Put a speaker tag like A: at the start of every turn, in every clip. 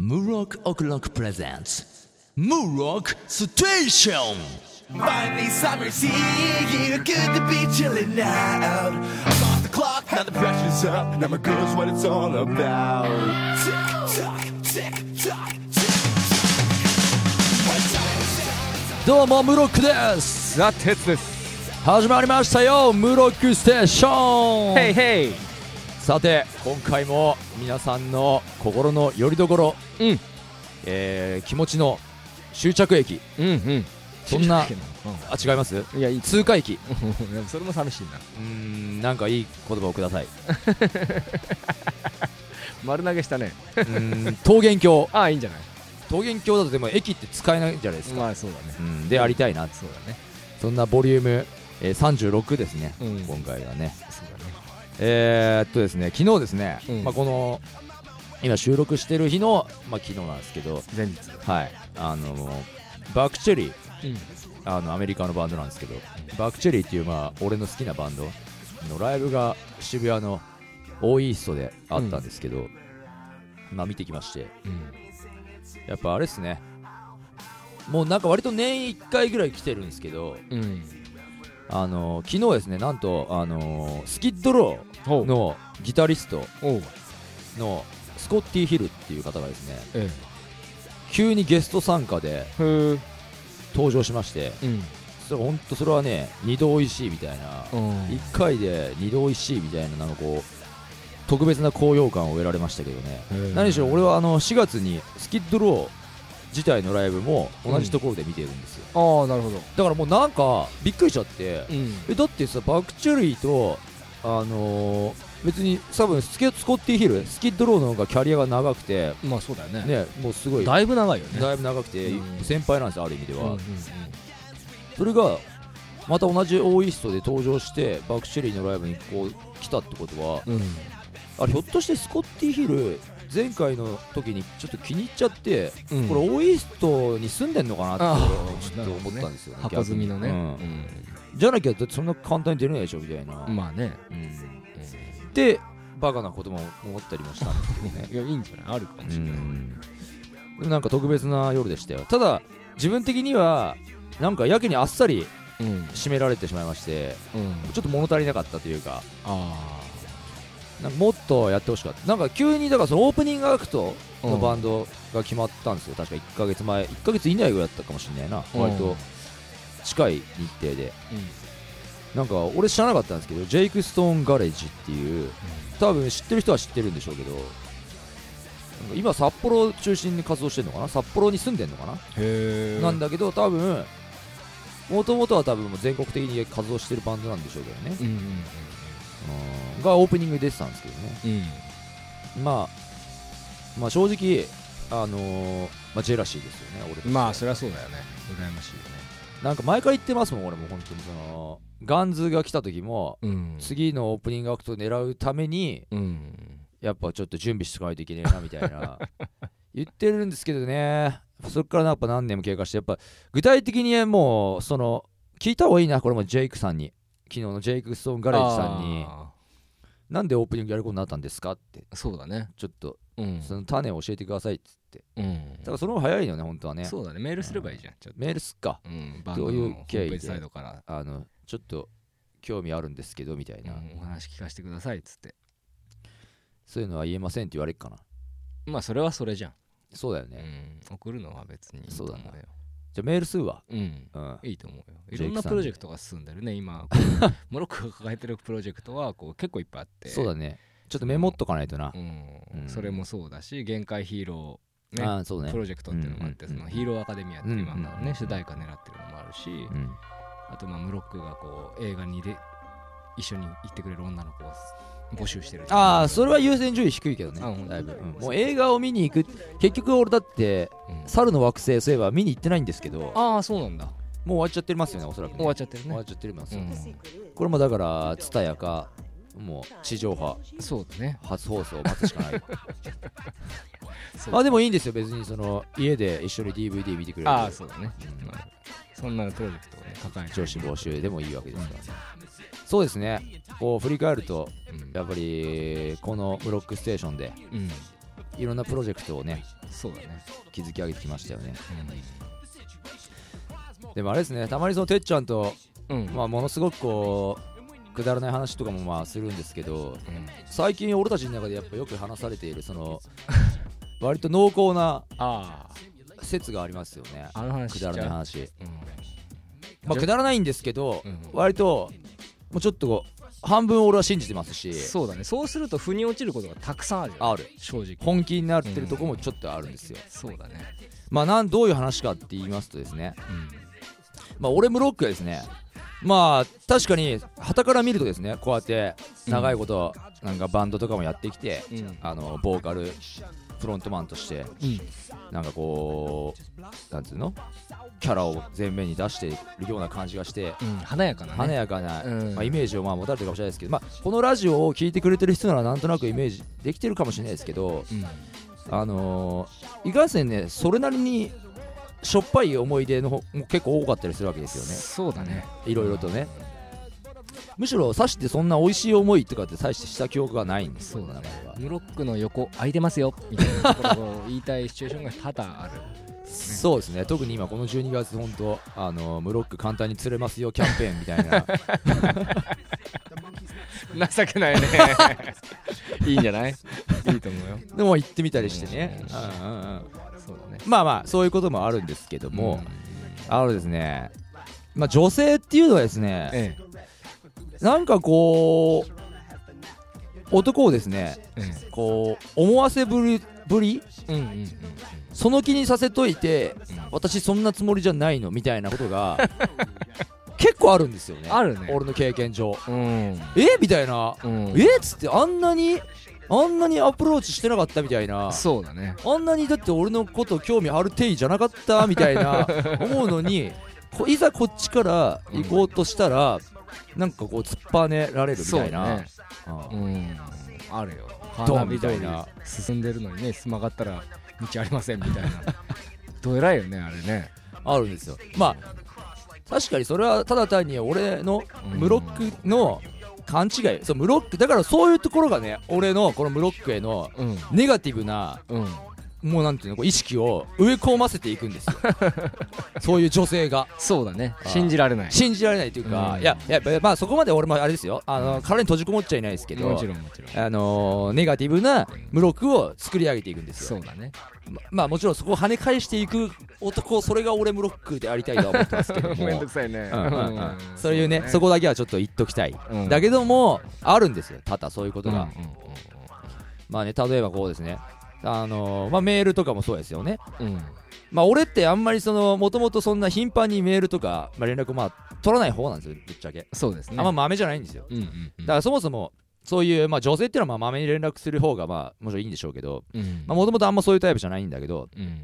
A: Murok O'Clock presents Murok Station!
B: Finally, summer's here. Yeah, good to be chilling out. I'm off the clock, now the pressure's up. Now my girl's what it's all about. Tick tock, tick tock, tick tock.
A: どうも、ムロックです
C: ザ・テツです。
A: 始まりましたよムロックステーション、
C: ヘイヘイ。
A: さて、今回も皆さんの心の拠り所、
C: うん
A: えー気持ちの終着駅、
C: うんうん。
A: そんな、あ、違います
C: いや、いい。
A: 通過駅。
C: でもそれ も寂しいな。
A: うーん、なんかいい言葉をください。
C: 丸投げしたね。
A: うーん、桃源郷。
C: ああ、いいんじゃない
A: 桃源郷だとでも駅って使えないじゃないですか。
C: まあ、そうだね。
A: うん、でありたいな
C: そうだね。
A: そんなボリューム、えー36ですね、
C: うん
A: 今回はね
C: そうだね。
A: えー、っとですね昨日ですね、
C: うん
A: まあ、この今収録してる日の、まあ、昨日なんですけど
C: 前日。
A: はいあのバクチェリー
C: うん。
A: あのアメリカのバンドなんですけどバクチェリーっていう、まあ、俺の好きなバンドのライブが渋谷のオーイーストであったんですけど、まあ見てきましてやっぱあれですねもうなんか割と年1回ぐらい来てるんですけど
C: うん。うん。
A: あの昨日ですねなんとあのスキッドロ
C: ほ
A: ー
C: う。
A: のギタリスト
C: おう。
A: のスコッティ・ヒルっていう方がですね
C: え
A: 急にゲスト参加で
C: え。ふう。
A: 登場しまして
C: うん。
A: それ本当それはね二度おいしいみたいな一回で二度おいしいみたいななんかこう特別な高揚感を得られましたけどね
C: うん。
A: 何しろ俺はあの4月にスキッドロー自体のライブも同じところで見てるんですよ、
C: ああ、なるほど。
A: だからもうなんかびっくりしちゃって、
C: うん。
A: えだってさバクチュリーとあのー別に多分スケスコッティヒルスキッドローの方がキャリアが長くて
C: まあ、そうだよね。
A: ねもうすごいだ
C: だいぶ長いよね。
A: いぶ長くて
C: うん
A: 先輩なんですよある意味で
C: うん
A: は、
C: うん
A: それがまた同じオーイーストで登場してバクチュリーのライブにこう来たってことは
C: うん。うん。
A: あれひょっとしてスコッティヒル前回の時にちょっと気に入っちゃって、
C: うん
A: これオーイーストに住んでんのかなって俺はちょっと思ったんですよね
C: 箱積みのね。
A: 逆にうんじゃなきゃだってそんな簡単に出れないでしょみたいな、
C: うんまあね。
A: うん
C: うん
A: ってバカなことも思ったりもしたんですけどね
C: いや、いいんじゃないあるかもしれない。
A: でもなんか特別な夜でしたよただ自分的にはなんかやけにあっさり
C: うん。
A: 締められてしまいまして
C: うん。
A: ちょっと物足りなかったというか
C: あ
A: なんかもっとやってほしかったなんか急にだからそのオープニングアクト
C: あ。
A: のバンドが決まったんですよ、確か1ヶ月前1ヶ月以内ぐらいだったかもしれないな、
C: うん
A: 割と近い日程で
C: うん。
A: なんか俺知らなかったんですけどジェイク・ストーン・ガレージっていう多分知ってる人は知ってるんでしょうけどなんか今札幌中心に活動してるのかな札幌に住んでるのかな、
C: へえ。
A: なんだけど多分もともとは多分もう全国的に活動してるバンドなんでしょうけどね
C: うんうんうん
A: うんがオープニングに出てたんですけどね
C: うん
A: まあまあ正直あのーまあ、ジェラシーですよね俺として
C: まあそりゃそうだよね羨ましいよね
A: なんか毎回言ってますもん俺も本当にそのガンズが来た時も
C: うん
A: 次のオープニングアクトを狙うために
C: うん
A: やっぱちょっと準備しておかないといけねえなみたい な言ってるんですけどねそっからやっぱ何年も経過してやっぱ具体的にもうその聞いた方がいいなこれもジェイクさんに昨日のジェイク・ストーン・ガレージさんに
C: あ
A: なんでオープニングやることになったんですかって
C: ーそうだね
A: ちょっと
C: うん
A: その種を教えてくださいっつって
C: うん
A: だからその方が早いよね本当はね
C: そうだねメールすればいいじゃんちょっと
A: メールすっか
C: うんバン
A: ど
C: ド
A: う
C: の
A: いう
C: ホームページサイドから
A: あのちょっと興味あるんですけどみたいな、
C: うんお話聞かせてくださいっつって
A: そういうのは言えませんって言われっかな
C: まあそれはそれじゃん
A: そうだよ
C: う
A: ね、
C: ん送るのは別にいいと
A: そう
C: 思
A: だな
C: うよ
A: じゃあメールするわ
C: うん
A: うん
C: いいと思うよ
A: ジェイクさん
C: い
A: で
C: ろんなプロジェクトが進んでるね 今こうモロッコが抱えてるプロジェクトはこう結構いっぱいあって
A: そうだねちょっとメモっとかないとな、
C: う
A: うんん
C: それもそうだし限界ヒーローね
A: ああそうね
C: プロジェクトっていうのがあって、
A: うんうんうん
C: そのヒーローアカデミアっていう今の
A: うんうんう
C: ね、
A: ん
C: 主題歌狙ってるのもあるし、
A: うん
C: あとまあムロックがこう映画にで一緒に行ってくれる女の子を募集してる
A: ああそれは優先順位低いけどね
C: あうん
A: だいぶ、うんもう映画を見に行く結局俺だって
C: うん
A: 猿の惑星そういえば見に行ってないんですけどもう
C: ああそうなんだ
A: 終わっちゃってますよねおそらくね、
C: 終わっちゃってる
A: 終わ
C: ね
A: っちゃってますよ、
C: う
A: これもだからツタヤかもう地上波
C: ん、そうだね
A: 初放送を待つしかない
C: そう
A: まあでもいいんですよ別にその家で一緒に DVD 見てくれる
C: ああそうだね、
A: うん
C: まあそんなプロジェクトをね抱えて
A: 女子募集でもいいわけですから、そうですねこう振り返ると
C: うん
A: やっぱりこの「ブロックステーション」で
C: うん
A: いろんなプロジェクトをね
C: そうだね、
A: 築き上げてきましたよね
C: う
A: でもあれですねたまにそのてっちゃんと、
C: んうん
A: まあ、ものすごくこうくだらない話とかもまあするんですけど
C: うん
A: 最近俺たちの中でやっぱよく話されているその割と濃厚な
C: あ
A: 説がありますよね
C: ああの話
A: く
C: しち
A: だ
C: ゃう
A: らない話まあ
C: じゃ
A: くだらないんですけど、
C: うん
A: 割ともうちょっとこう半分俺は信じてますし
C: うん、そうだねそうすると腑に落ちることがたくさんあるよね
A: ある
C: 正直
A: 本気になってるとこもちょっとあるんですよ、
C: そうだね、
A: まあなんどういう話かって言いますとですねまあ俺ムロックはですねまあ確かに傍から見るとですねこうやって長いことなんかバンドとかもやってきて、
C: うんうん
A: あのボーカルフロントマンとして
C: うん
A: なんかこうなんていうのキャラを前面に出しているような感じがして
C: うん、華やかなね
A: 華やかな、
C: うん
A: まあ、イメージをまあ持たれてるかもしれないですけど、まあ、このラジオを聞いてくれてる人ならなんとなくイメージできてるかもしれないですけど、あのー、いかんせんねそれなりにしょっぱい思い出の方も結構多かったりするわけですよ
C: うん、
A: ね
C: そうだね
A: いろいろとねむしろさしてそんな美味しい思いとかってさしてした記憶がないんです
C: そうだね
A: 俺は
C: ムロックの横空いてますよみたいなところを言いたいシチュエーションが多々ある
A: そうですね特に今この12月本当あのームロック簡単に釣れますよキャンペーンみたいな
C: 情けない ねいいんじゃないいいと思うよ
A: でも行ってみたりして ね、うんうんうん
C: そうだね
A: まあまあそういうこともあるんですけども、
C: うん
A: あのですね、まあ、女性っていうのはですね、
C: え
A: なんかこう、男をですね、
C: ええ
A: こう、思わせぶり、ぶり
C: えうんうんうん
A: その気にさせといて、
C: うん
A: 私そんなつもりじゃないのみたいなこと が、結構あるんですよね。
C: あるね
A: 俺の経験上。
C: うん
A: えみたいな。
C: うん
A: えっつってあんなに、あんなにアプローチしてなかったみたいな。
C: そうだね
A: あんなにだって俺のこと興味ある程度じゃなかったみたい な思うのにこいざこっちから行こうとしたら、なんかこう突っぱねられるみ
C: そ
A: た
C: う
A: い
C: だ
A: な
C: ねうんあるよ
A: ド
C: 花
A: ンみ
C: 火
A: た
C: 通
A: い
C: り
A: な
C: 進んでるのにね曲がったら道ありませんみた いなどえらいよねあれね
A: うんあるんですよまあ確かにそれはただ単に俺の
C: うん
A: ムロックの勘違いそうムロックだからそういうところがね俺のこのムロックへの
C: うん
A: ネガティブな
C: うん
A: もうなんていうのこう意識を植え込ませていくん ですよそういう女性が
C: そうだね
A: あー
C: 信じられない
A: 信じられないというか、
C: うん
A: いやいやまあそこまで俺もあれですよあの殻に閉じこもっちゃいないですけど
C: もちろんもちろん
A: あのーネガティブな無録を作り上げていくんです
C: そ
A: よ
C: うだね
A: ままあもちろんそこを跳ね返していく男それが俺無ロックでありたいとは思ってますけども
C: めんどくさいね
A: うんうんうん
C: ん
A: そういうねそこだけはちょっと言っときたい、
C: うん
A: だけどもあるんですよ多々そういうこ
C: う
A: と
C: んうん
A: が、
C: うん
A: まあね例えばこうですねあのーまあ、メールとかもそうですよね、
C: うんうん
A: まあ、俺ってあんまりそのもともとそんな頻繁にメールとか、まあ、連絡をまあ取らない方なんですよぶっちゃけ、
C: そうですね
A: あんま豆じゃないんですよ
C: うんうんう
A: だ
C: ん
A: からそもそもそういう、まあ、女性っていうのはまあ豆に連絡する方がまあもちろんいいんでしょうけど
C: うん
A: もともとあんまそういうタイプじゃないんだけど
C: うん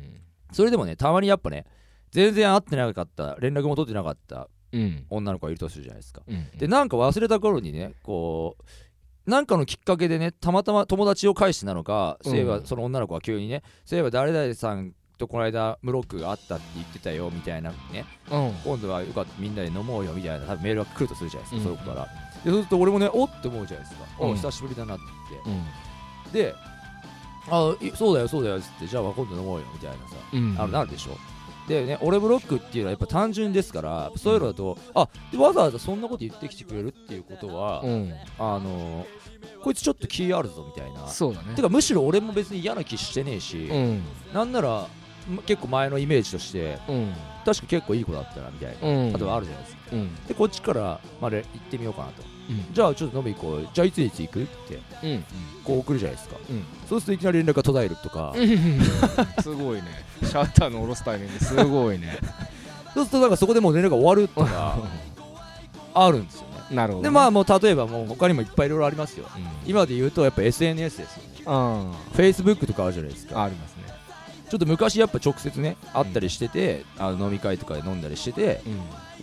A: それでもねたまにやっぱね全然会ってなかった連絡も取ってなかった
C: うん
A: 女の子がいるとするじゃないですか
C: うん
A: でなんか忘れた頃にねこうなんかのきっかけでねたまたま友達を介してなのかそういえば
C: うん
A: その女の子が急にねそういえば誰々さんとこの間ムロックがあったって言ってたよみたいなね
C: うん
A: 今度はよかったみんなで飲もうよみたいな多分メールが来るとするじゃないですか、
C: うん
A: そこからでそうすると俺もねおって思うじゃないですか、
C: う
A: お
C: ん
A: 久しぶりだなって
C: うん
A: であいそうだよそうだよっつってじゃあ今度飲もうよみたいなさ、
C: うん
A: あのなるでしょでね俺ブロックっていうのはやっぱ単純ですからそういうのだとあでわざわざそんなこと言ってきてくれるっていうことは、
C: うん
A: あのこいつちょっと気あるぞみたいな
C: そうだね
A: てかむしろ俺も別に嫌な気してねえし、
C: うん
A: なんならま結構前のイメージとして
C: うん
A: 確か結構いい子だったなみたいな
C: うん
A: 例えばあるじゃないですか
C: うん
A: でこっちからまで行ってみようかなと、
C: うん
A: じゃあちょっと飲み行こうじゃあいついつ行くって
C: うん
A: こう送るじゃないですか
C: うん
A: そうするといきなり連絡が途絶えるとか、
C: すごいねシャッターの下ろすタイミングすごい ね
A: そうするとなんかそこでもう連絡が終わるとかあるんですよね
C: なるほど
A: でまあもう例えばもう他にもいっぱいいろいろありますよ
C: あ
A: 今で言うとやっぱ SNS ですよね
C: うん
A: Facebook とかあるじゃないですか
C: ありますね
A: ちょっと昔やっぱ直接ね会ったりしてて、あの飲み会とかで飲んだりしてて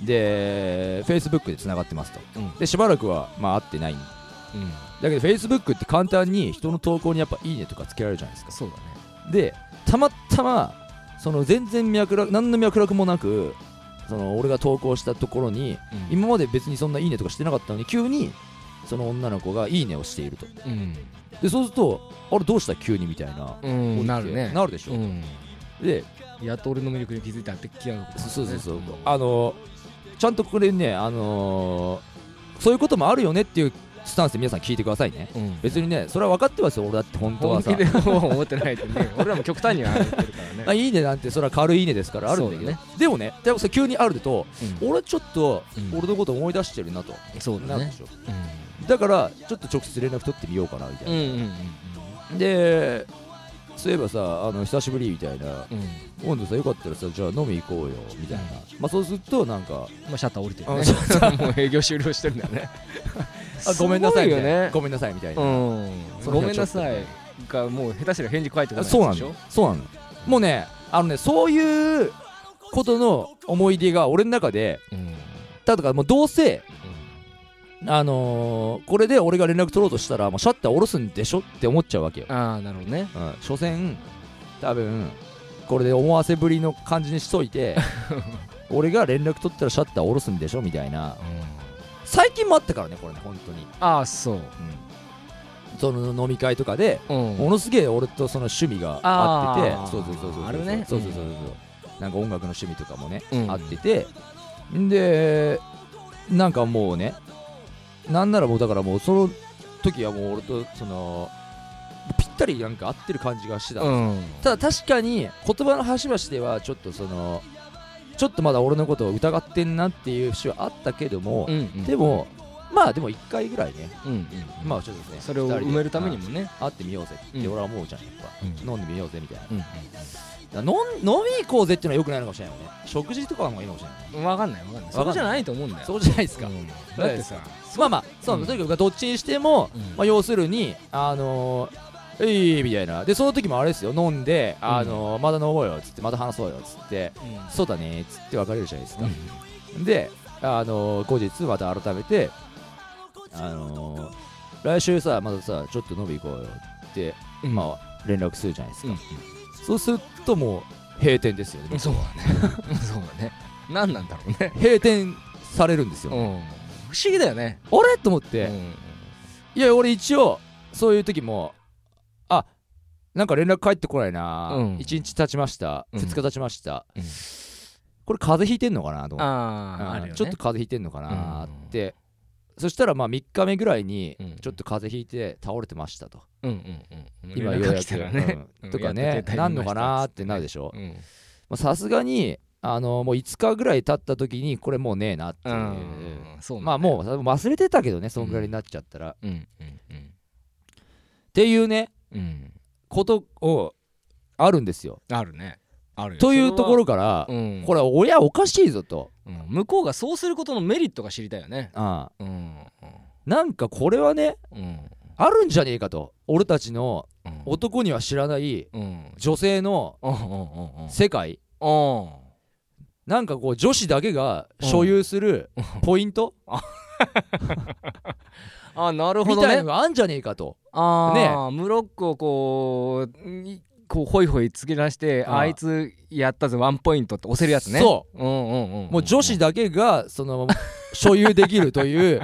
C: う
A: で Facebook でつながってますと
C: ん
A: でしばらくはまあ会ってない
C: うんうん
A: だけど Facebook って簡単に人の投稿にやっぱいいねとかつけられるじゃないですか
C: そうだね
A: でたまたまその全然脈絡何の脈絡もなくその俺が投稿したところに
C: うん
A: 今まで別にそんないいねとかしてなかったのに急にその女の子が「いいね」をしていると
C: うん
A: でそうすると「あれどうした急に」みたいな、
C: うんなるね
A: なるでしょ、
C: うん
A: で
C: やっと俺の魅力に気づいたってきやがることだね
A: そうそうそう、
C: ん
A: あのちゃんとこれねあのそういうこともあるよねっていうスタンスで皆さん聞いてくださいね
C: うん
A: 別にねそれは分かってますよ俺だって本当は
C: 本
A: さ
C: 気では思ってないけどね 俺らも極端には思ってるからね
A: あいいねなんてそれは軽いいいねですからあるんだけど
C: そうだ
A: でもねでもそれ急にあると
C: うん
A: 俺ちょっと
C: うん
A: 俺のこと思い出してるなと、
C: そう
A: な
C: だ
A: るで
C: ね
A: しょだからちょっと直接連絡取ってみようかなみたい
C: うんう
A: な、
C: んうん
A: でそういえばさあの久しぶりみたいな
C: うんうん
A: 今度さよかったらさじゃあ飲み行こうよみたいな、
C: うん
A: まあそうするとなんか
C: まあシャッター降りてる
A: あシ
C: ね もう営業終了してるんだよね
A: あごめんなさいみ
C: す
A: た
C: ご
A: い
C: よ
A: な
C: ね
A: ごめんなさいみたいな、
C: うん
A: その日は
C: ごめん
A: ちょ
C: な
A: っとね
C: さいがもう下手したら返事返ってこ
A: あ
C: ない
A: そうな
C: でし
A: の
C: ょ
A: よそうなのもうねあのねそういうことの思い出が俺の中で
C: うんうん
A: だからもうどうせあのーこれで俺が連絡取ろうとしたらもうシャッター下ろすんでしょって思っちゃうわけよ、
C: ああなるほどね
A: うん、所詮多分これで思わせぶりの感じにしとい て俺が連絡取ったらシャッター下ろすんでしょみたいな最近もあったからねこれね本当に、
C: ああそう
A: その飲み会とかで、
C: うん
A: ものすげえ俺とその趣味が合ってて
C: あー
A: そうそうそうそう
C: あるね
A: そうそうそうそうそうなんか音楽の趣味とかもね、
C: うん
A: 合っててんでなんかもうねなんならもうだからもうその時はもう俺とそのぴったりなんか合ってる感じがしてた、
C: うん
A: ただ確かに言葉の端々ではちょっとそのちょっとまだ俺のことを疑ってんなっていう節はあったけども、
C: うん
A: でもまあでも1回ぐらいね
C: うんうん
A: まあちょっとね
C: それを
A: 二人で
C: 埋めるためにもね
A: 会ってみようぜって
C: うん
A: 俺は思うじゃんやっぱ、
C: うん
A: 飲んでみようぜみたいな
C: うん
A: だから飲ん飲み行こうぜっていうのはよくないのかもしれないよね食事とかの方がいいのかもしれない
C: 分かんない分かんないそこじゃないと思うんだよ
A: そうじゃないですか、
C: うんだってさ
A: まあまあそう、
C: うん
A: とにかくどっちにしても、
C: うん
A: まあ、要するにあのーえいみたいなでその時もあれですよ飲んで、あのーまだ飲もうよっつってまた話そうよっつってそうだねっつって別れるじゃないですか、で、あのー後日また改めて、あのー来週さまたさちょっと飲み行こうよって、
C: うん
A: まあ、連絡するじゃないですか、
C: うん
A: そうするともう閉店ですよね
C: そうだね そうだね何なんだろうね
A: 閉店されるんですよ、
C: うん
A: あ
C: 不思議だよね
A: れと思って、
C: うん
A: いや俺一応そういう時もあなんか連絡返ってこないな、
C: う
A: 1
C: ん
A: 日経ちました
C: うん
A: 2日経ちました、
C: うん
A: これ風邪ひいてんのかなと思って
C: あ
A: うん
C: ああるよね
A: ちょっと風邪ひいてんのかなって、そしたらまあ3日目ぐらいに
C: うん
A: ちょっと風邪ひいて倒れてましたと、
C: うんうんうん
A: 今
C: 連
A: よう
C: 絡が
A: や
C: 来
A: く、
C: たらね
A: うんとか
C: うんや
A: ね
C: っと携帯見ました
A: なんのかなーってなるでしょ
C: うん
A: まあさすがにあのもう5日ぐらい経った時にこれもうねえなっていう、
C: うんそう
A: まあもう忘れてたけどねそんぐらいになっちゃったら、っ
C: ううんうんうん
A: ていうね
C: うん
A: ことをあるんですよ
C: あるねあるよ
A: というところから、
C: それはうん
A: これ親おかしいぞと、
C: うん向こうがそうすることのメリットが知りたいよね
A: うん
C: うん
A: なんかこれはね
C: うん
A: あるんじゃねえかと俺たちの
C: うん
A: 男には知らない
C: うんうん
A: 女性の
C: うんうんうんうん
A: 世界
C: うん
A: なんかこう女子だけが所有するポイント、
C: あなるほ
A: み
C: ど
A: たいな
C: ね
A: のがあんじゃねえかと、
C: ああ、ムロックをこうんいこうホイホイつけ出して
A: あー
C: あいつやったぜワンポイントって押せるやつね
A: そう
C: うんうんうんん
A: もう女子だけがそ の所有できるという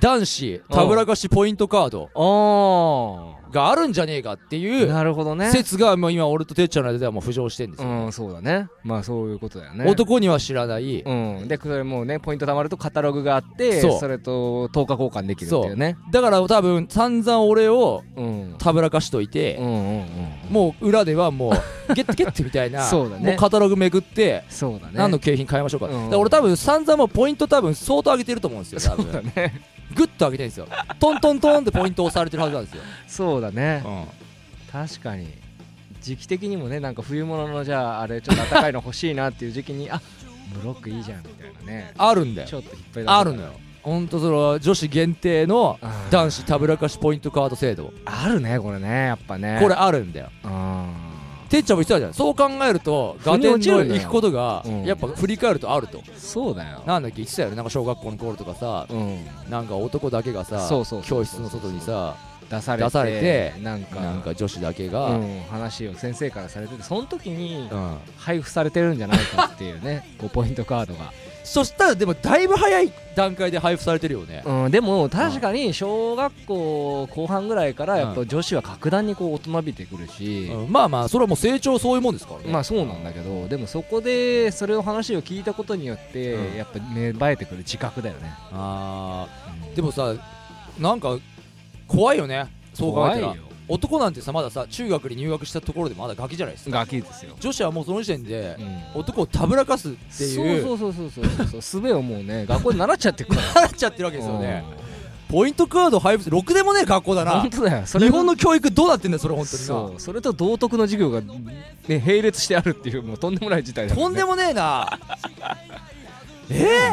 A: 男子たぶらかしポイントカード
C: あ
A: があるんじゃねえかってい
C: あ
A: う
C: なるほどね
A: 説がもう今俺とてっちゃんの間ではもう浮上してんですよ、
C: うんそうだねまあそういうことだよね
A: 男には知らない、
C: うん、でそれもうねポイント貯まるとカタログがあって
A: そう
C: それと10日交換できるっていうね
A: だから多分散々俺を
C: うん
A: たぶらかしといて
C: うん、うんうん
A: もう裏ではもうゲットゲットみたいな
C: そうだね
A: もうカタログめくって
C: そうだね
A: 何の景品買いましょうか,、
C: うん
A: だから俺多分散々もうポイント多分相当上げてると思うんですよ多
C: そうだ
A: 分
C: ね
A: グッと上げてるんですよトントントンってポイント押されてるはずなんですよ、
C: そうだね
A: うん
C: 確かに時期的にもねなんか冬物のじゃああれちょっと暖かいの欲しいなっていう時期にあブロックいいじゃんみたいなね
A: あるんだよ
C: ちょっといっぱい出せたら
A: あるのよほんとその女子限定の
C: うん
A: 男子たぶらかしポイントカード制度
C: あるねこれねやっぱね
A: これあるんだよ
C: うん
A: てっちゃんも言ってたじゃんそう考えると
C: 腑
A: ガ
C: に
A: テン
C: 落ち
A: の
C: るんだよ
A: 行くことが
C: うん
A: やっぱ振り返るとあると
C: そうだよ
A: なんだっけ言ってたよねなんか小学校の頃とかさ
C: うん
A: なんか男だけがさ
C: そうそうそ
A: 教
C: う
A: 室の外にさ
C: 出されて
A: 出されて
C: なんか
A: なんか女子だけ
C: う
A: が
C: ん、話を先生からされててその時に
A: うん
C: 配布されてるんじゃないかっていうねこうポイントカードが
A: そしたらでもだいぶ早い段階で配布されてるよね、
C: うん、でも確かに小学校後半ぐらいからやっ
A: う
C: ぱ女子は格段にこう大人びてくるし、
A: うんまあまあそれはもう成長そういうもんですからね
C: まあそうなんだけどでもそこでそれを話を聞いたことによって、
A: うん
C: やっぱ芽生えてくる自覚だよね、
A: あーでもさなんか怖いよねそう考えたら
C: 怖いよ
A: 男なんてさまださ中学に入学したところでまだガキじゃないですか
C: ガキですよ、
A: 女子はもうその時点で
C: うん
A: 男をたぶらかすっていう
C: そうそうそうそうそうそう すべをもうね学校で習っちゃってるから
A: 払っちゃってるわけですよねポイントカード配布ろくでもねえ学校だ
C: うん
A: な
C: 本当 だよそれ
A: 日本の教育どうなってんだよそれ本当
C: そ
A: に
C: うそれと道徳の授業が、ね、並列してあるっていうもうとんでもない事態だ
A: なとんで
C: も
A: もねえなえ
C: ない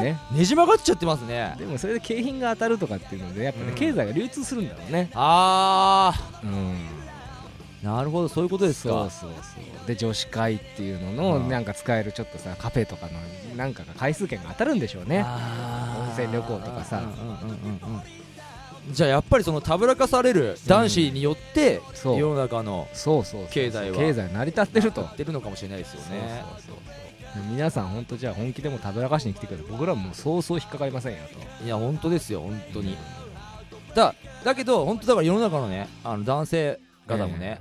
C: ね
A: ー、ねじ曲がっちゃってますね
C: でもそれで景品が当たるとかっていうのでやっぱね、
A: うん
C: 経済が流通するんだろうね
A: あ
C: うん
A: ーなるほどそういうことです
C: そう
A: か
C: そうそうで女子会っていうのの
A: うん
C: なんか使えるちょっとさカフェとかのなんかが回数券が当たるんでしょうね
A: あー
C: 温泉旅行とかさ
A: うんうんうんうんうんじゃあやっぱりそのたぶらかされる男子によって
C: そう
A: 世の中の
C: そうそうそう
A: 経済は
C: 経済成り立ってると
A: やってるのかもしれないですよね
C: そうそうそう皆さん本当じゃあ本気でもたぶらかしに来てください僕らもうそうそう引っかかりませんよと
A: いや本当ですよ本当にだだけど本当だから世の中のねあの男性方もね、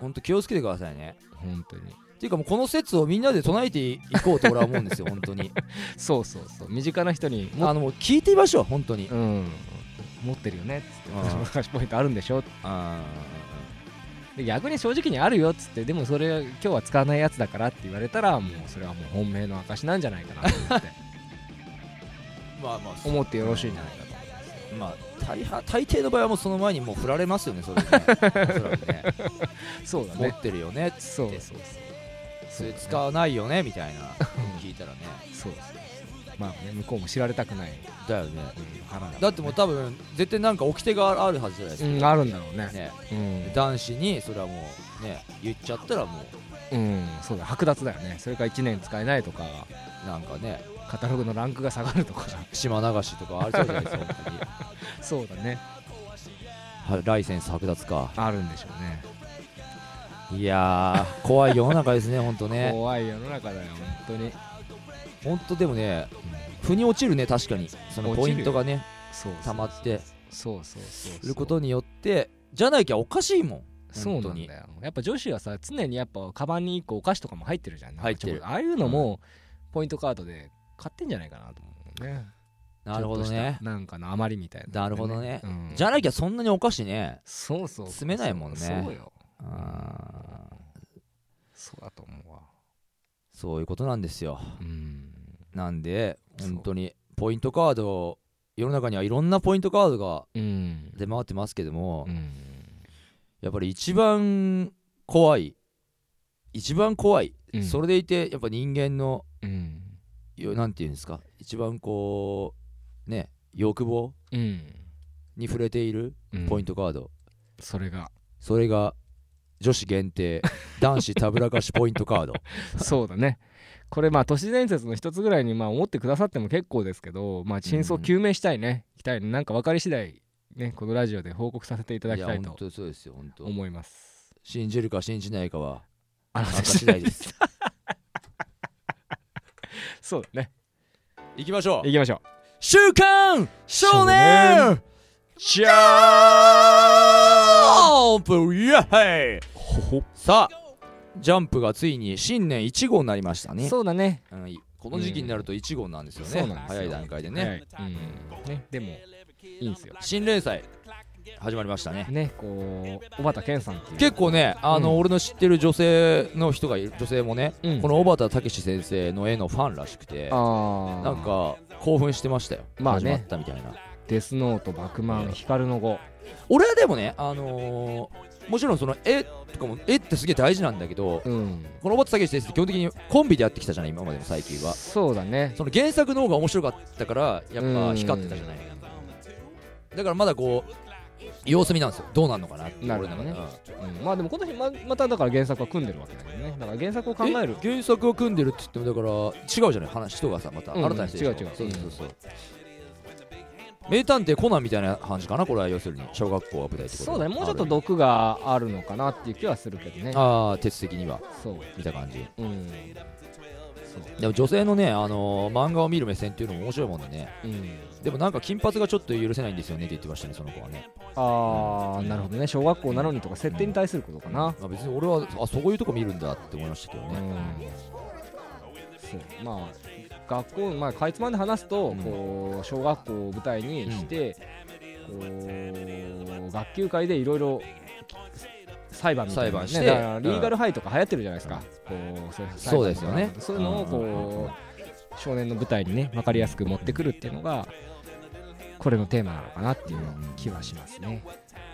A: 本当気をつけてくださいね
C: ええ本当に
A: っていうかもうこの説をみんなで唱えていこうと俺は思うんです よ本当に
C: そうそうそう身近な人にも
A: あのもう聞いてみましょう本当に、
C: うん持ってるよねっつ
A: うん
C: って たぶらかしポイントあるんでしょ
A: あ
C: で逆に正直にあるよっつってでもそれ今日は使わないやつだからって言われたらもうそれはもう本命の証なんじゃないかなと 思って
A: ーまあまあそ
C: 思ってよろしいんじゃないかと思います
A: まあ大半大抵の場合はもうその前にもう振られますよねそ れでねおそらくね
C: そうだ
A: 持
C: ね
A: ってるよね
C: そうそうそう
A: そ
C: そう
A: れ使わないよねみたいな聞いたらね
C: そうそうそうまあね向こうも知られたくない
A: だよね
C: 花だからね
A: だってもう多分絶対なんか掟があるはずじゃないで
C: う
A: す
C: んあるんだろうね
A: か、ね
C: うん
A: 男子にそれはもうね言っちゃったらもう
C: うんそうだ剥奪だよねそれから1年使えないとか
A: なんかね
C: カタログのランクが下がるとか
A: 島流しとかありそうじゃないですか本当に
C: そうだね
A: は ライセンス剥奪か
C: あるんでしょうね
A: いやー怖い世の中ですね本当 ね
C: 怖い世の中だよ本当に、うん
A: 本当でもね腑に落ちるね確かにそのポイントがね
C: そうそう
A: 溜まって
C: そうそうそう
A: することによってじゃなきゃおかしいもん
C: そうな
A: 本当
C: ん
A: に
C: だよやっぱ女子はさ常にやっぱカバンに1個お菓子とかも入ってるじゃん
A: 入ってる
C: なんかちょこああいうのもポイントカードで買ってんじゃないかなと思うね
A: なるほどね
C: ちょっとしたなんかの余りみたいな、
A: なるほどね
C: うん
A: じゃなきゃそんなにおかしいね
C: そうそう
A: 住めないもんね
C: そうよ
A: あー
C: そうだと思うわ
A: そういうことなんですよ
C: うん
A: なんで
C: そう
A: 本当にポイントカード世の中にはいろんなポイントカードが
C: うん
A: 出回ってますけども、
C: うん
A: やっぱり一番怖い一番怖い、
C: うん
A: それでいてやっぱ人間の
C: うん
A: よなんていうんですか一番こうね欲望
C: うん
A: に触れているポイン
C: ト
A: トカード、
C: それが
A: それが女子限 定男子たぶらかしポイントカード
C: そうだねこれまあ都市伝説の一つぐらいにまあ思ってくださっても結構ですけどまあ真相究明したいね、行きたいねなんか分かり次第ねこのラジオで報告させていただ
A: い
C: き
A: や
C: たい
A: 本
C: と
A: 当そうですよ本当
C: 思います
A: 信じるか信じないかは
C: あ
A: あなた次第です
C: そうだね
A: 行きましょう
C: 行きましょう
A: 週刊少年
C: ジャー
A: オープンイエーイ
C: ほほ
A: さあジャンプがついに新年1号になりましたね
C: そうだね
A: うんいこの時期になると1号なんですよね、
C: そうなんですよ
A: 早い段階でね、
C: ね、はいうん、ねでもいいんですよ
A: 新連載始まりましたね
C: ねこう小畑健さんっていう
A: 結構ねあの、
C: うん
A: 俺の知ってる女性の人がいる女性もね、
C: うん
A: この小畑武史先生の絵のファンらしくて
C: あー
A: なんか興奮してましたよ、
C: まあね
A: 始まったみたいな
C: デスノート、バクマン、ヒカルの語。
A: 俺はでもね、あのーもちろんその絵とかも絵ってすげえ大事なんだけど、
C: うん。
A: この小畑武史先生って基本的にコンビでやってきたじゃない今までの最近は
C: そうだね。
A: その原作の方が面白かったからやっぱ光ってたじゃないだからまだこう様子見なんですよどうなるのかなって
C: なるほどねうんまあでもこの日ままただから原作は組んでるわけだけどね。だから原作を考
A: 俺の中で
C: え
A: え
C: る。
A: 原作を組んでるって言ってもだから違うじゃない話人がさまた
C: うんうん
A: 新たな人でしょ
C: 違う違う
A: そうそうそう名探偵コナンみたいな感じかなこれは要するに小学校が舞台ってこと
C: そうだね。もうちょっと
A: ある
C: 毒があるのかなっていう気はするけどね
A: 意味。ああ鉄的には
C: そう。
A: 見た感じ
C: うん。
A: でも女性のね、あのー漫画を見る目線っていうのも面白いもんでね
C: うん、
A: でもなんか金髪がちょっと許せないんですよねって言ってましたねその子はね、
C: ああなるほどね小学校なのにとか設定に対することかな、
A: まあ、別に俺はあそういうとこ見るんだって思いましたけど
C: う
A: ね、
C: んそうまあ学校、まあ、かいつまんで話すと、
A: うん
C: こう小学校を舞台にして、こう学級会でいろいろ裁判みた
A: 裁
C: いな、ね、
A: 判して
C: だからリーガルハイとか流行ってるじゃないですか、こうそういう裁判とか
A: そうですよね
C: そういうのをこう、少年の舞台にね分かりやすく持ってくるっていうのがこれのテーマなのかなっていう気はしますね。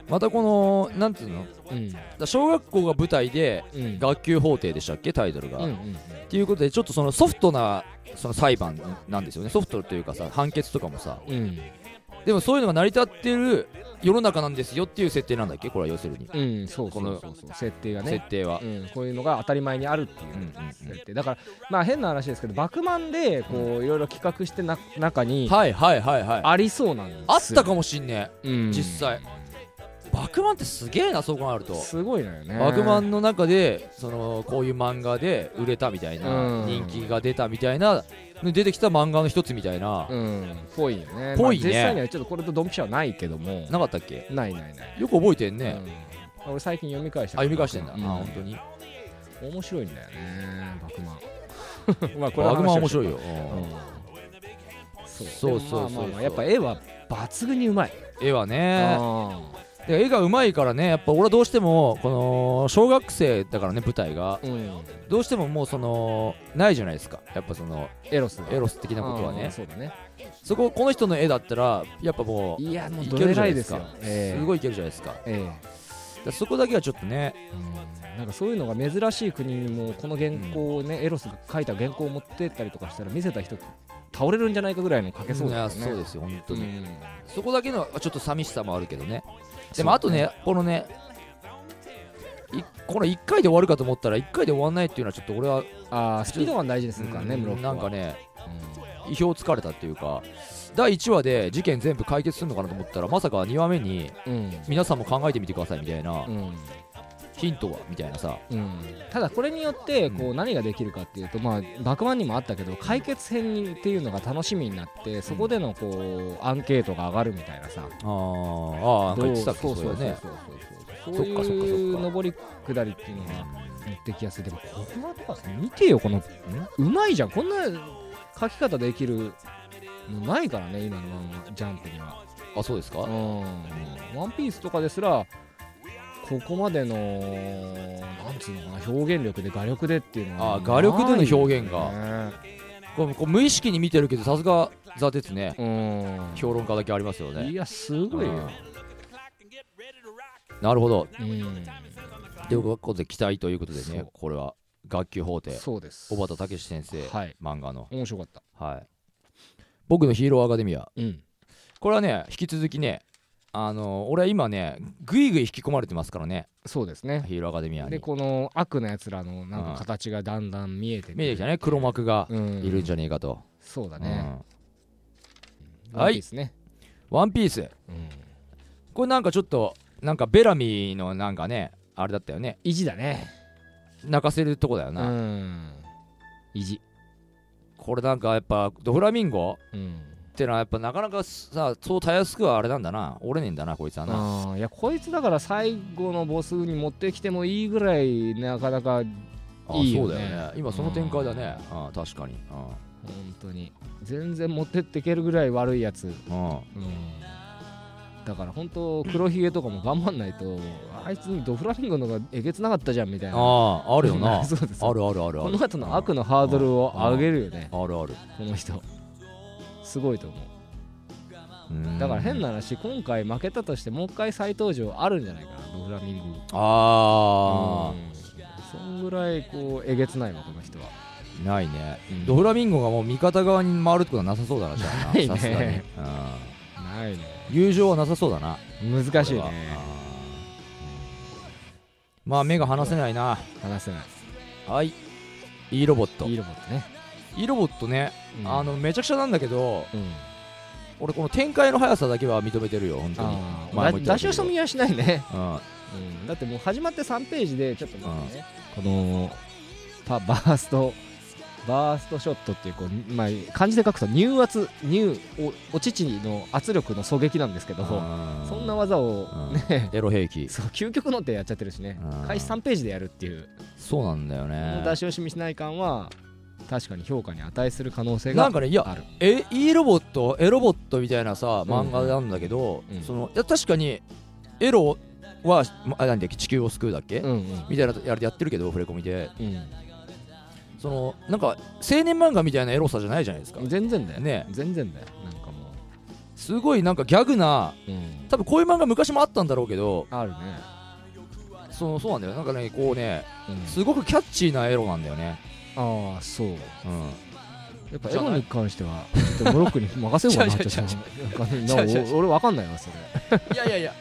A: またこのなんていうのだか
C: うん、
A: ら小学校が舞台で
C: うん、
A: 学級法廷でしたっけタイトルが、
C: うんう
A: っ
C: ん
A: ていうことでちょっとそのソフトなその裁判なんですよねソフトというかさ判決とかもさ
C: うん
A: でもそういうのが成り立ってる世の中なんですよっていう設定なんだっけこれは要するに、
C: うん、そうそう
A: この
C: そうそう設定がね
A: 設定は、
C: うん、こういうのが当たり前にあるっていう
A: うんうんうん
C: 設定だからまあ変な話ですけど「バクマン」でこういろいろ企画してな中に
A: はいはいはいはいあ
C: ありそうなんですよ
A: ったかもしんね
C: うん
A: え実際、バクマンってすげえなそう考えると
C: すごいのよね
A: バクマンの中でそのこういう漫画で売れたみたいな、
C: うん
A: 人気が出たみたいな出てきた漫画の一つみたいな、
C: うんぽいよね
A: ぽいね
C: まあ実際にはちょっとこれとドンピシャはないけども
A: なかったっけ
C: ないないない
A: よく覚えてんね、
C: うん俺最近読み返した
A: あ読み返してんだ、
C: うん
A: あ本当に
C: 面白いんだよねバ クマンまあこれ
A: バクマン面白
C: い
A: いよ、そうそう
C: そうでもまあまあま
A: そうそう
C: あやっぱ絵は抜群にうまい
A: うん絵はね
C: あ
A: で絵がうまいからねやっぱ俺はどうしてもこの小学生だからね舞台が
C: ーうん
A: どうしてももうそのないじゃないですかやっぱその
C: エロスが
A: エロス的なことは
C: あー
A: ね
C: そうだね
A: そここの人の絵だったらやっぱもう
C: いやもう
A: い
C: ど
A: ける
C: れ
A: じゃな
C: ら
A: いい
C: で
A: ですす
C: よ
A: か
C: ええ
A: すごいいけるじゃないですかだか
C: え
A: らそこだけはちょっとね
C: えうんなんかそういうのが珍しい国にもこの原稿をね、エロスが書いた原稿を持ってったりとかしたら見せた人倒れるんじゃないかぐらいの書けそうだよね
A: いやそうですよ本当に、
C: うん
A: そこだけのちょっと寂しさもあるけどねで
C: そう
A: もあとねこのねいこれ1回で終わるかと思ったら1回で終わんないっていうのはちょっと俺は
C: あースピード感大事ですからね、
A: うん
C: ムロックは
A: なんかね
C: うん
A: 意表をつかれたっていうか第1話で事件全部解決するのかなと思ったらまさか2話目に
C: うん
A: 皆さんも考えてみてくださいみたいな、
C: うん
A: ヒントはみたいなさ
C: うん、ただこれによってこ
A: う
C: う何ができるかっていうと、まあ「バクマン」にもあったけど解決編にっていうのが楽しみになってそこでのこうアンケートが上がるみたいなさ、
A: あーあーなんか言ってたっけ
C: どう
A: そうい
C: そう
A: うね
C: そうそうそ
A: そ
C: うそう
A: っかそっかそっか
C: いう上り下りっていうのが持ってきやすいでもここはとか見てよこのうまいじゃんこんな書き方できるのないからね今の漫画ジャンプには
A: あそうですか、
C: うんワンピースとかですらここまでのなんつうのかな表現力で画力でっていうのは
A: あ画力での表現が
C: が
A: こうこう無意識に見てるけどさすが座鉄ね
C: うん
A: 評論家だけありますよね
C: いやすごいよ
A: なるほど
C: うん
A: ということで期待ということで
C: そ
A: ね
C: う
A: これは学級法廷
C: そうです
A: 小畑武史先生、
C: はい
A: 漫画の
C: 面白かった
A: はい僕のヒーローアカデミア
C: うん
A: これはね引き続きねあの俺は今ねぐいぐい引き込まれてますからね
C: そうですね
A: ヒーローアカデミア
C: で
A: に
C: この悪のやつらのなん
A: うん
C: か形がだんだん見えてくる
A: 見えてきたね黒幕が
C: うん
A: いるんじゃねえかと、
C: そうだ
A: う
C: ね、
A: ん
C: うん、
A: はい
C: ですね、
A: ワンピース
C: うん、
A: これなんかちょっとなんかベラミーのなんかねあれだったよね
C: 意地だね
A: 泣かせるとこだよ
C: う
A: な、
C: ん意地
A: これなんかやっぱドフラミンゴ
C: うん
A: ってのはやっぱなかなかさそうたやすくはあれなんだな折れねえんだなこいつはな
C: あーいやこいつだから最後のボスに持ってきてもいいぐらいなかなか
A: あ
C: いいよ
A: そ
C: ね
A: うだよね今その展開だねああ確かに
C: 本当に全然持ってってけるぐらい悪いやつ、
A: うんうん
C: うん、だから本当黒ひげとかも頑張んないとあいつにドフラミンゴのがえげつなかったじゃんみたいな
A: あああるよ なあ
C: そうです
A: るあるあるあ
C: こ
A: る
C: の後の悪のハードルを上げるよね
A: あるある
C: この人すごいと思うだから変
A: な
C: な話今回負けたとしてもう一回再登場あるんじゃないかなドフラミンゴ
A: あ
C: うんそんぐらいこうえげつないわこの人は
A: ーないね
C: うん
A: ドフラミンゴがもう味方側に回るってことはなさそうだなじゃあ
C: ないね
A: なさすがにうん
C: ないね
A: 友情はなさそうだな
C: 難しい
A: これは
C: ね
A: うんまあ目が離せないな
C: 話せない
A: はいいいロボット
C: いいロボットね、
A: いいロボットね
C: うん
A: あのめちゃくちゃなんだけど
C: うん
A: 俺この展開の速さだけは認めてるよ本当に
C: あー
A: 前も言った
C: だ
A: けど
C: 出し惜しみはしないね、
A: うん
C: うん、だってもう始まって3ページでちょっと待ってねこのパバーストバーストショットっていうこう、まあ、漢字で書くと乳圧乳おお乳の圧力の狙撃なんですけど
A: あー
C: そんな技をね、
A: エロ兵器
C: そう究極のってやっちゃってるしね
A: うん
C: 開始3ページでやるっていう
A: そうなんだよね
C: 出し惜しみしない感は確かに評価に値する可能性が
A: な
C: あ
A: ん
C: る
A: かねいやえいいロボットエロボットみたいなさ
C: うん
A: 漫画なんだけど、
C: うん
A: そのいや確かにエロはまあなんだっけ地球を救うだっけ、
C: うんうん
A: みたいなややってるけど触れ込みで
C: うん
A: そのなんか青年漫画みたいなエロさじゃないじゃないですか
C: 全然だよ
A: ね
C: 全然だよなんかも
A: すごいなんかギャグな
C: う、うん、
A: 多分こういう漫画昔もあったんだろうけど
C: あるね、
A: そのそうなんだよなんかねこうね
C: うん
A: すごくキャッチーなエロなんだよね
C: ああそう
A: うん
C: やっぱエロに関してはちょっとモロックに任せよう かなって
A: 違う違う
C: なんか
A: 違う違う違
C: 俺わ かんないわそれ
A: いやいやいや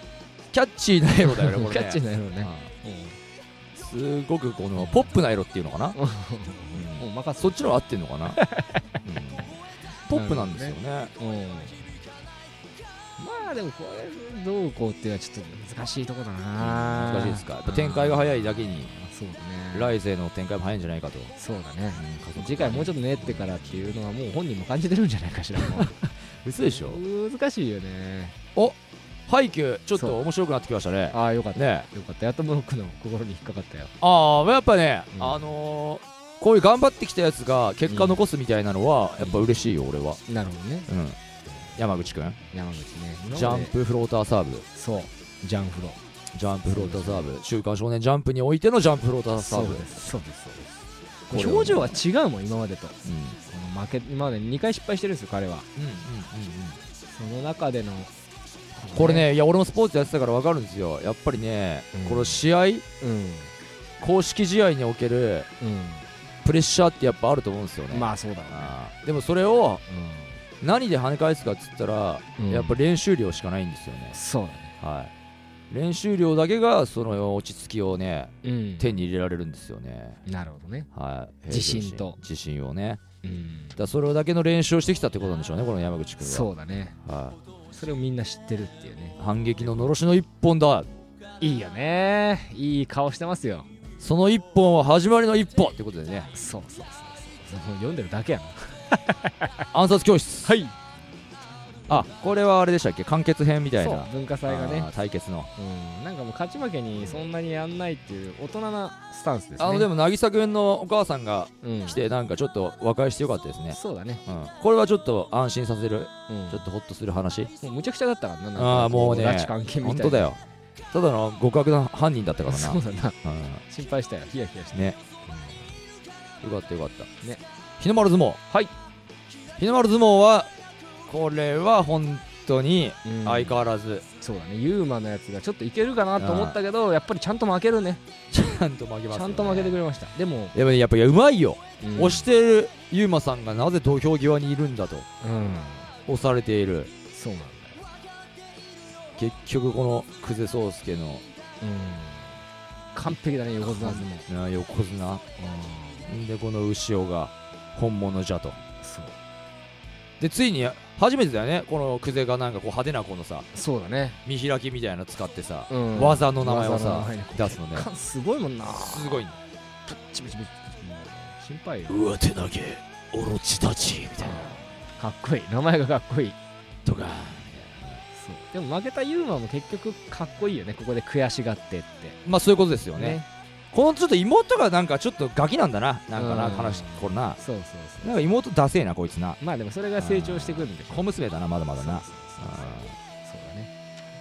A: キャッチーなエロだよねこれね
C: キャッチーなエロね
A: うんすごくこのポップな色っていうのかな、
C: もう
A: あ
C: 任せ
A: そっちの方が合ってんのかな、うんポップなんですよね
C: うんまあでもこれどうこうっていうのはちょっと難しいとこだな
A: 難しいですかやっぱ展開が早いだけに
C: そうだね
A: 来世の展開も早いんじゃないかと、
C: そうだね
A: うん
C: 次回もうちょっと練ってからっていうのはもう本人も感じてるんじゃないかし らも
A: 嘘でしょ
C: う難しいよね
A: ハイキューちょっ
C: そ
A: と面白くなってきましたね
C: ああよかったよ
A: ね
C: かったやっとモロックの心に引っかかったよ
A: ああやっぱね、
C: うん
A: あのーこういう頑張ってきたやつが結果残すみたいなのは
C: うん
A: やっぱ嬉しいよ俺は、
C: なるほどね
A: うん、山口君
C: 山口ね
A: ジャンプフローターサーブ
C: そうジャンフロ
A: ジャンプフローターサーブ「週刊少年ジャンプ」においてのジャンプフローターサーブ
C: すそうですそうです
A: これを
C: 表情は違うもん今までとこ
A: うん
C: の負け今まで2回失敗してるんですよ彼は
A: うんうんうんうん
C: その中での
A: これ、ね、いや俺もスポーツやってたから分かるんですよ、やっぱりね、
C: うん
A: この試合、
C: うん
A: 公式試合におけるプレッシャーってやっぱあると思うんですよ
C: う
A: ね、
C: んまあそうだろうな
A: あーでもそれを何で跳ね返すかっつったら、
C: うん
A: やっぱ練習量しかないんですよね、
C: そうだね
A: はい、練習量だけがその落ち着きをね、
C: うん
A: 手に入れられるんですよね。
C: なるほどね
A: はい、
C: 自信と
A: 自信をね
C: うん
A: だからそれだけの練習をしてきたってことなんでしょうねこの山口君は
C: そうだね
A: は
C: それをみんな知ってるっていうね
A: い、反撃ののろしの一本だ
C: いいよねいい顔してますよ
A: その一本は始まりの一歩ってことでね
C: そうそうそうそうもう読んでるだけやな
A: 暗殺教室
C: はい
A: あこれはあれでしたっけ完結編みたい
C: そ
A: な
C: う文化祭がね
A: あー対決の、
C: うんなんかもう勝ち負けにそんなにやんないっていう大人なスタンスですね
A: あのでも渚君のお母さんが
C: うん
A: 来てなんかちょっと和解してよかったですね、
C: そうだね
A: うん、これはちょっと安心させる
C: うん
A: ちょっとホッとする 話
C: もうむちゃくちゃだったからななんか
A: あーもうね
C: こ拉致監禁み
A: 本
C: たいな
A: 当だよただの極悪な犯人だったからな、
C: そうだな
A: う
C: 心配したよヒヤヒヤして
A: ん、ねよかったよかった、
C: ね
A: 日の丸相撲
C: はい
A: 日の丸相撲はこれは本当に
C: うん
A: 相変わらず、
C: そうだねユーマのやつがちょっといけるかなと思ったけどやっぱりちゃんと負けるね
A: ちゃんと負けますよね
C: ちゃんと負けてくれましたでも、
A: やっぱりやっぱりうまいよ、
C: うん
A: 押してるユーマさんがなぜ土俵際にいるんだと
C: うん
A: 押されている
C: そうなんだよ
A: 結局この久世宗介の
C: うん完璧だね横綱相撲
A: な横綱
C: うん
A: でこの牛尾が本物じゃと
C: そう
A: でついに初めてだよねこの久世がなんかこう派手なこのさ
C: そうだね
A: 見開きみたいなの使ってさ、
C: うん
A: 技の名前をさ
C: 技の名前ね
A: 出すのね
C: 感すごいもんな
A: すごいね
C: プッチプチプチもう心配よ
B: 上手投げオロチたちみたいな
C: かっこいい名前がかっこいい
B: とか
C: そうでも負けたユーマも結局かっこいいよねここで悔しがってって
A: まあそういうことですよねこのちょっと妹がなんかちょっとガキなんだななんかな
C: うん
A: 話これな
C: そうそうそ
A: なんか妹ダセえなこいつな
C: うまあでもそれが成長してくるんでしょ
A: 小娘だなまだまだな
C: そうそうそ
A: う
C: うそう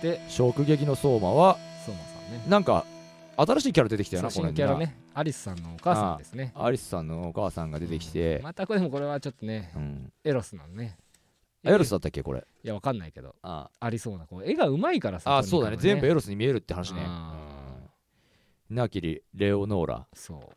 C: だね
A: ん食撃の相馬は
C: 相馬さんね
A: なんか新しいキャラ出てきたよ
C: そう
A: なこれ
C: 新キャラねアリスさんのお母さんですね
A: アリスさんのお母さんが出てきて、
C: またこれでもこれはちょっとね
A: うん、
C: エロスなのね
A: エロスだったっけこれ
C: いやわかんないけど
A: あ
C: ありそうなこう絵がうまいからさ
A: あそうだね全部エ
C: ロ
A: ロスに見えるって話ね
C: あ
A: うんなきりレオノーラ
C: そ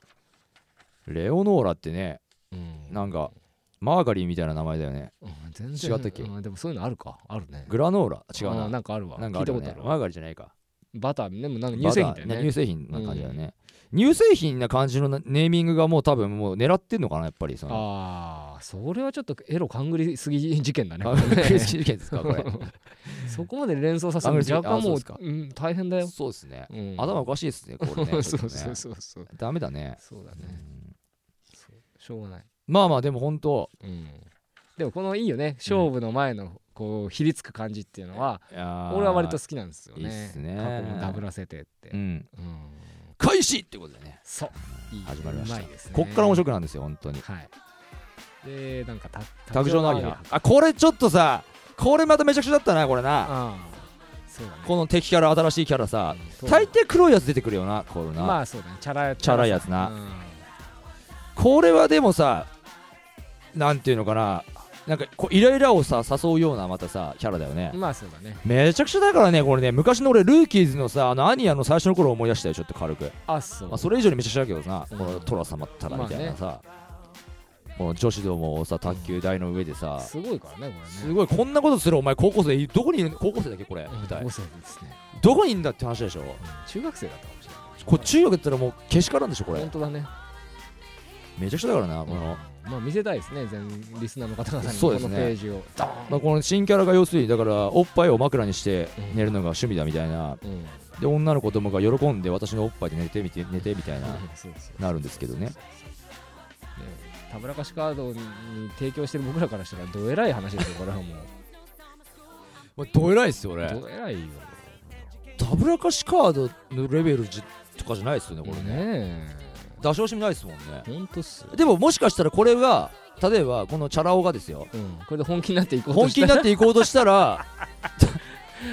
A: レオノーラってね
C: ううん
A: なんかマーガリーみたいな名前だよね
C: うん全然
A: 違ったっけ
C: うんでもそういうのあるかあるね
A: グラノーラ違う
C: あー
A: な
C: なんかあるわ
A: なんか
C: 聞
A: あ
C: い
A: る
C: た
A: よね
C: ことあるわ
A: マーガリーじゃないか
C: バターでもなんか乳製品だよ
A: バター
C: ね
A: 乳製品な感じだよね、乳製品な感じのなネーミングがもう多分もう狙ってんのかなやっぱりその
C: ああそれはちょっとエロ勘ぐりすぎ事件だね
A: あクイズ 事件ですかこれ
C: そこまで連想させ
A: 勘ぐ
C: る
A: りすぎ
C: の若干も
A: あそう
C: う
A: ですか
C: うん大変だよ、
A: そうですね
C: うん、
A: 頭おかしいですねこれね
C: そう
A: ちょっと
C: そう
A: ね
C: そうそう
A: ダメだね
C: そうだ
A: う
C: ね
A: ん
C: そうしょうがない
A: まあまあでも本当
C: うん、でもこのいいよね勝負の前のこうひりつく感じっていうのは、
A: 俺は
C: 俺は割と好きなんですよね
A: いいっすね
C: 過去もダブらせてって、
A: うん
C: うん
A: 開始ってことでね
C: そういい
A: 始まりまし
C: う
A: た
C: いですね
A: こっから面白くなるんですよ本当に
C: はいでなんかた
A: 卓上のアゲハあこれちょっとさこれまためちゃくちゃだったなこれな
C: あそうだね
A: この敵キャラ新しいキャラさ
C: うん
A: 大抵黒いやつ出てくるよなこれな、
C: まあそうだねチャラ
A: チャラいやつなこれはでもさなんていうのかななんかこうイライラをさ誘うようなまたさキャラだよね
C: うんまあそうだね
A: めちゃくちゃだからねこれね昔の俺ルーキーズのさあのアニアの最初の頃思い出したよちょっと軽く
C: あそう、
A: まあ、それ以上にめちゃくちゃだけどな、
C: うん
A: このトラ様ったらみたいなさ、この女子どもをさ卓球台の上でさ、
C: すごいからねこれね
A: すごいこんなことするお前高校生どこにいる高校生だっけこれ
C: うん
A: みたい
C: 高校生ですね、
A: どこにいるんだって話でしょ
C: うん中学生だったかもしれない
A: これ中学だったらもうけしからんでしょこれ
C: 本当だね
A: めちゃくちゃだからなこの、
C: まあ見せたいですね全リスナーの方々に
A: そう
C: こ
A: です
C: の
A: ね
C: ページをド
A: ま
C: ー
A: あ、
C: ン
A: この新キャラが要するにだからおっぱいを枕にして寝るのが趣味だみたいな
C: うんうん
A: で女の子供が喜んで私のおっぱいで寝てみて寝てみたいな
C: そうそう
A: なるんですけどね
C: ねたぶらかしカードに提供してる僕らからしたらどえらい話ですよこれは もう
A: まあどえらいっすよ俺
C: どえらいよ
A: ダブらかしカードのレベルじとかじゃないっすよねこれね
C: ね
A: 出し惜しみないっすもんね
C: えほんとっすよ
A: でももしかしたらこれが例えばこのチャラ男がですよ
C: うんこれで本気になっていこうと
A: 本
C: し
A: 気
C: た
A: に
C: ら
A: なっていこうとしたら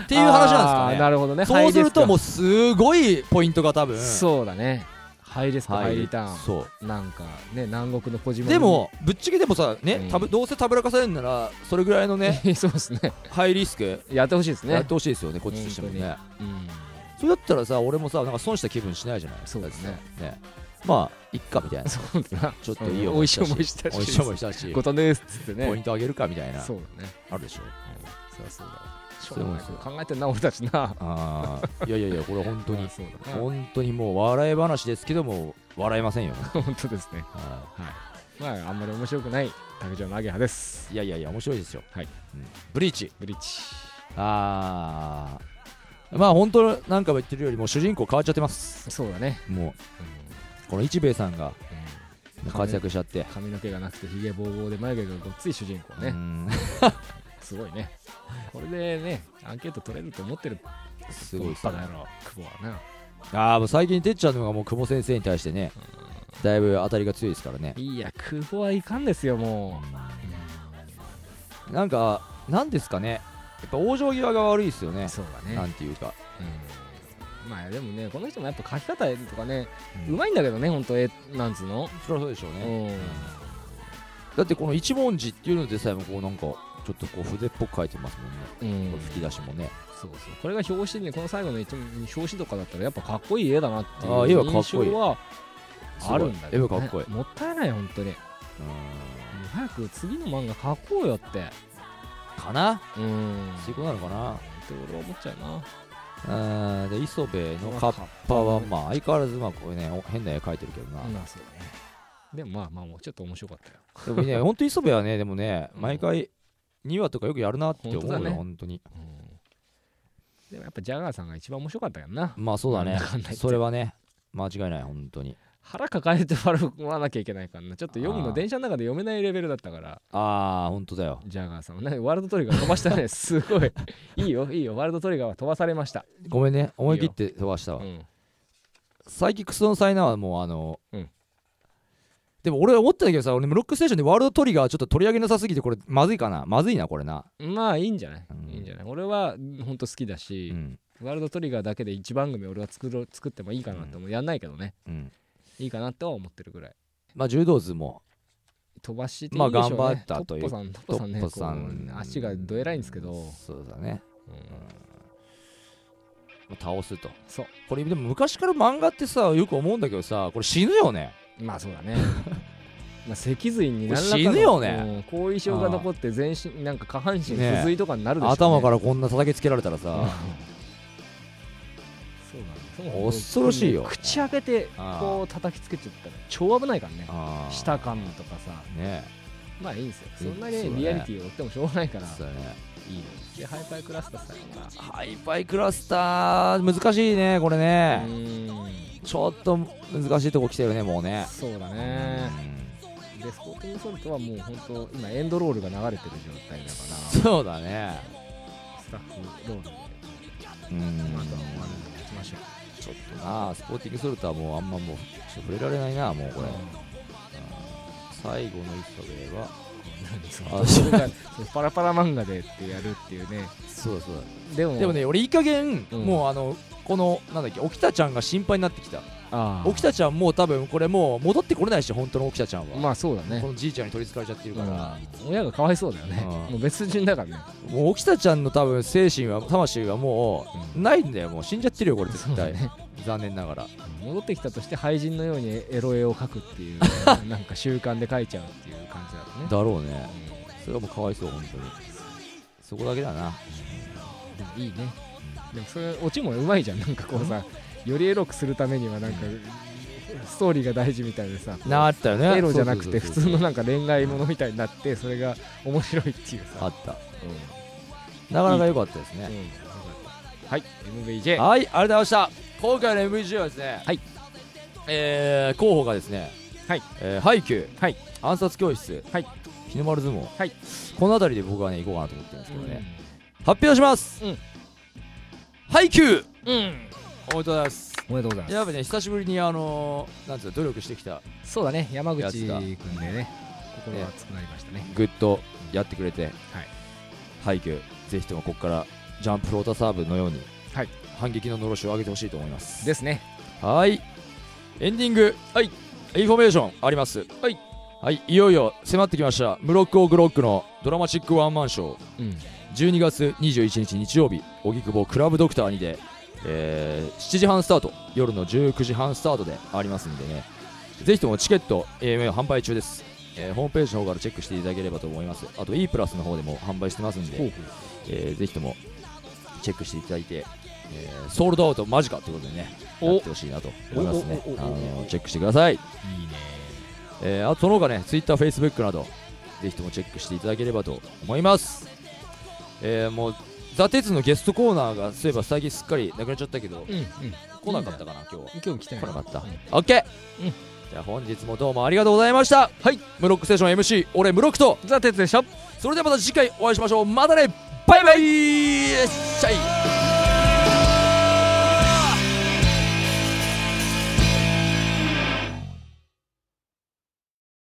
A: っていう話なん
C: あ
A: ですかね
C: ーなるほどね
A: そうするとも
C: う
A: うすごいポイントが多分
C: そうだねハイリスクハイリター
A: そう
C: ンなんかね南国の小島に
A: でもぶっちゃけでもさ
C: う
A: ね
C: ん
A: たぶどうせたぶらかされるならそれぐらいのね
C: そうですね
A: ハイリスク
C: やってほしいです
A: や
C: ね
A: ってほしいですよねこっちとしてもね
C: うん
A: それだったらさ俺もさなんか損した気分しないじゃない
C: そうですね
A: ねまあいっかみたいな
C: そうだな
A: ちょっといい
C: うん
A: よ
C: 美味しい思いしたし
A: おいしい思いしたし
C: ごとですっつって
A: ポイ
C: ね
A: ントあげるかみたいな
C: そうだね
A: あるでしょ
C: そりゃそうだしょ
A: そうう
C: が
A: なん
C: ない
A: ですよ
C: 考えてんな俺たちな
A: ああいやいやいやこれ本当
C: ま
A: に
C: あそうだな
A: 本当にもう笑い話ですけども笑えませんよ、
C: 本当ですね
A: は
C: まああんまり面白くない卓上のアゲハです
A: い、いやいやいや面白いですよ、
C: はい
A: うんブリーチ
C: ブリッジ
A: ああまあ本当なんかも言ってるよりも主人公変わっちゃってます
C: そうだね
A: も
C: うん
A: うこの一兵衛さんが
C: うん
A: 活躍しちゃって、
C: 髪の毛がなくてひげぼうぼうで眉毛がごっつい主人公
A: う
C: ね
A: ん
C: すごいねこれでねアンケート取れると思ってる
A: すごいです
C: バ
A: ね
C: カ野郎久保はな
A: ああもう最近てっちゃんの方がもう久保先生に対してねだいぶ当たりが強いですからね
C: いや久保はいかんですよも
A: なんかなんですかねやっぱ往生際が悪いですよ
C: う
A: ね
C: そうだ
A: な
C: ね
A: んていうか、
C: うんまあでもねこの人もやっぱ書き方とかね
A: う
C: うまいんだけどね本当えなんつうの
A: そりゃそうでしょう
C: う
A: ね、
C: ん
A: だってこの一文字っていうのでさえもこうなんかちょっとこう筆っぽく書いてますもんね、
C: うん
A: これ吹き出しもね
C: そうそうこれが表紙でこの最後の一表紙とかだったらやっぱかっこいい絵だなってい
A: あー絵は
C: う
A: かっ
C: 印
A: こいい
C: 象はあるんだけ
A: す
C: ど、ね、
A: ごい絵はかっこいい
C: もったいない本当にもう早く次の漫画描こうよって
A: かな
C: うん
A: そういうことなのかな
C: って俺は思っちゃうな
A: うんで磯部のカッパはまあ相変わらずまあこれねお変な絵描いてるけどな、
C: まあそうだねでもまあまあもうちょっと面白かったよ
A: でもね本当磯部はねでもね
C: うん
A: 毎回2話とかよくやるなって思う
C: 本当
A: よ、
C: だね
A: 本当に
C: うんでもやっぱジャガーさんが一番面白かったよな
A: まあそうだね
C: なんだかんだ言って
A: それはね間違いない本当に
C: 腹抱えて笑わなきゃいけないからなちょっと読むの電車の中で読めないレベルだったから
A: ああ本当だよ
C: ジャガーさんはねワールドトリガー飛ばした ねすごいいいよいいよワールドトリガーは飛ばされました
A: ごめんね思い切って飛ばしたわ
C: うん
A: サイキックスの才能はもうあの、
C: うん
A: でも俺思ったんだけどさ俺もロックステーションでワールドトリガーちょっと取り上げなさすぎてこれまずいかなまずいなこれな、
C: まあいいんじゃない、
A: うん
C: いいんじゃない俺は本当好きだし
A: う、ん
C: ワールドトリガーだけで一番組俺は作ろう作ってもいいかなって思う、やんないけどね
A: うん、
C: いいかなとは思ってるぐらい
A: まあ柔道図も
C: 飛ばしていいでし
A: ま
C: ょ
A: あ
C: う、
A: 頑
C: ね、
A: 張ったという
C: トッポさんトッポさんね
A: トッポさん
C: こう足がどえらいんですけど、
A: そうだね
C: うん
A: まあ倒すと
C: そう
A: これでも昔から漫画ってさよく思うんだけどさこれ死ぬよね
C: まあそうだね まあ脊髄に何らかの
A: 死ぬよね
C: うん後遺症が残って全身なんか下半身
A: ね
C: 不随とかになるでしょうね
A: 頭 からこんな叩きつけられたら
C: うん
A: さ
C: そうなんだ
A: 恐ろしいよ
C: 口開けてこう叩きつけちゃったら超危ないからね
A: あー
C: 舌かむとかさ
A: ね
C: まあいいんですよそ
A: うん
C: んな
A: そう
C: に
A: だね
C: リアリティを追ってもしょうがないから
A: そうだね
C: いいよでハイパイクラスターさん
A: ハイパイクラスター難しいねこれ
C: がう
A: ね
C: ーん
A: ちょっと難しいとこ来てるねもうね
C: そうだね
A: うん
C: ででスポーティングソルトはもう本当今エンドロールが流れてる状態だから
A: そうだね
C: スタッフロールで
A: うん
C: まだ終わるでいきましょう
A: ちょっとなスポーティングソルトはもうあんまもうちょっと触れられないなもうこれ、最後の一作では
C: 何そ
A: あそう
C: のそのパラパラ漫画でってやるっていうね
A: そうだそう
C: でも
A: だでもね俺いい加減、
C: うん
A: もうあのこのなんだっけ沖田ちゃんが心配になってきた
C: あー
A: 沖田ちゃんもう多分これもう戻ってこれないし本当の沖田ちゃんは、
C: まあそうだね
A: このじいちゃんに取りつかれちゃってるから、
C: うん親がかわいそうだよね
A: うん
C: もう別人だからね
A: もう沖田ちゃんの多分精神は魂はもう
C: うん
A: ないんだよもう死んじゃってるよこれ
C: そ
A: 絶
C: うだ
A: 対、
C: ね
A: 残念ながら
C: 戻ってきたとして廃人のようにエロ絵を描くって いうなんか習慣で描いちゃうっていう感じだろうね
A: だろうね
C: うん
A: それはもうかわいそう本当にそこだけだな
C: でもいいねでもそれオチもうまいじゃんなんかこうさよりエロくするためにはなんかストーリーが大事みたいでさ
A: なあったよね
C: エロじゃなくて
A: そ
C: 普
A: うそうそうそう
C: 通のなんか恋愛ものみたいになってそれが面白いっていう
A: あ
C: さ
A: った
C: うん
A: なかなか良かったですね、
C: うんよかったはい MVJ
A: はい、ありがとうございました。今回の MVG はですね、
C: はい
A: えー、候補がですね、
C: はい
A: えーハイキュー、
C: はい
A: 暗殺教室、
C: はい
A: 日の丸相撲、
C: はい
A: この辺りで僕はね、行こうかなと思ってるんですけどね、
C: う
A: 発表します、
C: うん
A: ハイキュー
C: んうん
A: おめでとうございます。
C: おめでとうございます
A: やっぱね、久しぶりに、あのー、なんつうの、努力してきた、
C: そうだね山
A: や
C: 口
A: つ
C: 君
A: だ
C: でね心が熱くなりましたね
A: グッとやってくれて、ハイキュー、ぜひともここからジャンプロータサーブのように、
C: はい
A: 反撃ののろしを上げてほしいと思います。
C: ですね
A: はいエンディングはいインフォメーションありますはいはいいよいよ迫ってきましたムロックオグロックのドラマチックワンマンショー
C: うん
A: 12月21日日曜日荻窪クラブドクターにで、えー7時半スタート夜の19時半スタートでありますんでねぜひともチケット、えー販売中です、えーホームページの方からチェックしていただければと思いますあと E プラスの方でも販売してますんで、えーぜひともチェックしていただいて、えーソールドアウト間近ということでねやってほしいなと思いますね
C: おおおお
A: あ
C: おお
A: のチェックしてください、
C: いいね
A: えーあとその他ね TwitterFacebook などぜひともチェックしていただければと思います、えーもう「ザ・鉄のゲストコーナーがそういえば最近すっかりなくなっちゃったけど
C: うんうん
A: 来なかったかな今日は
C: 今日来たよ
A: 来なかった
C: うん
A: OK、
C: うん
A: じゃあ本日もどうもありがとうございましたはいムロックステーション MC 俺ムロックと
C: ザ・鉄でした
A: それではまた次回お会いしましょうまたねバイバイよっしゃい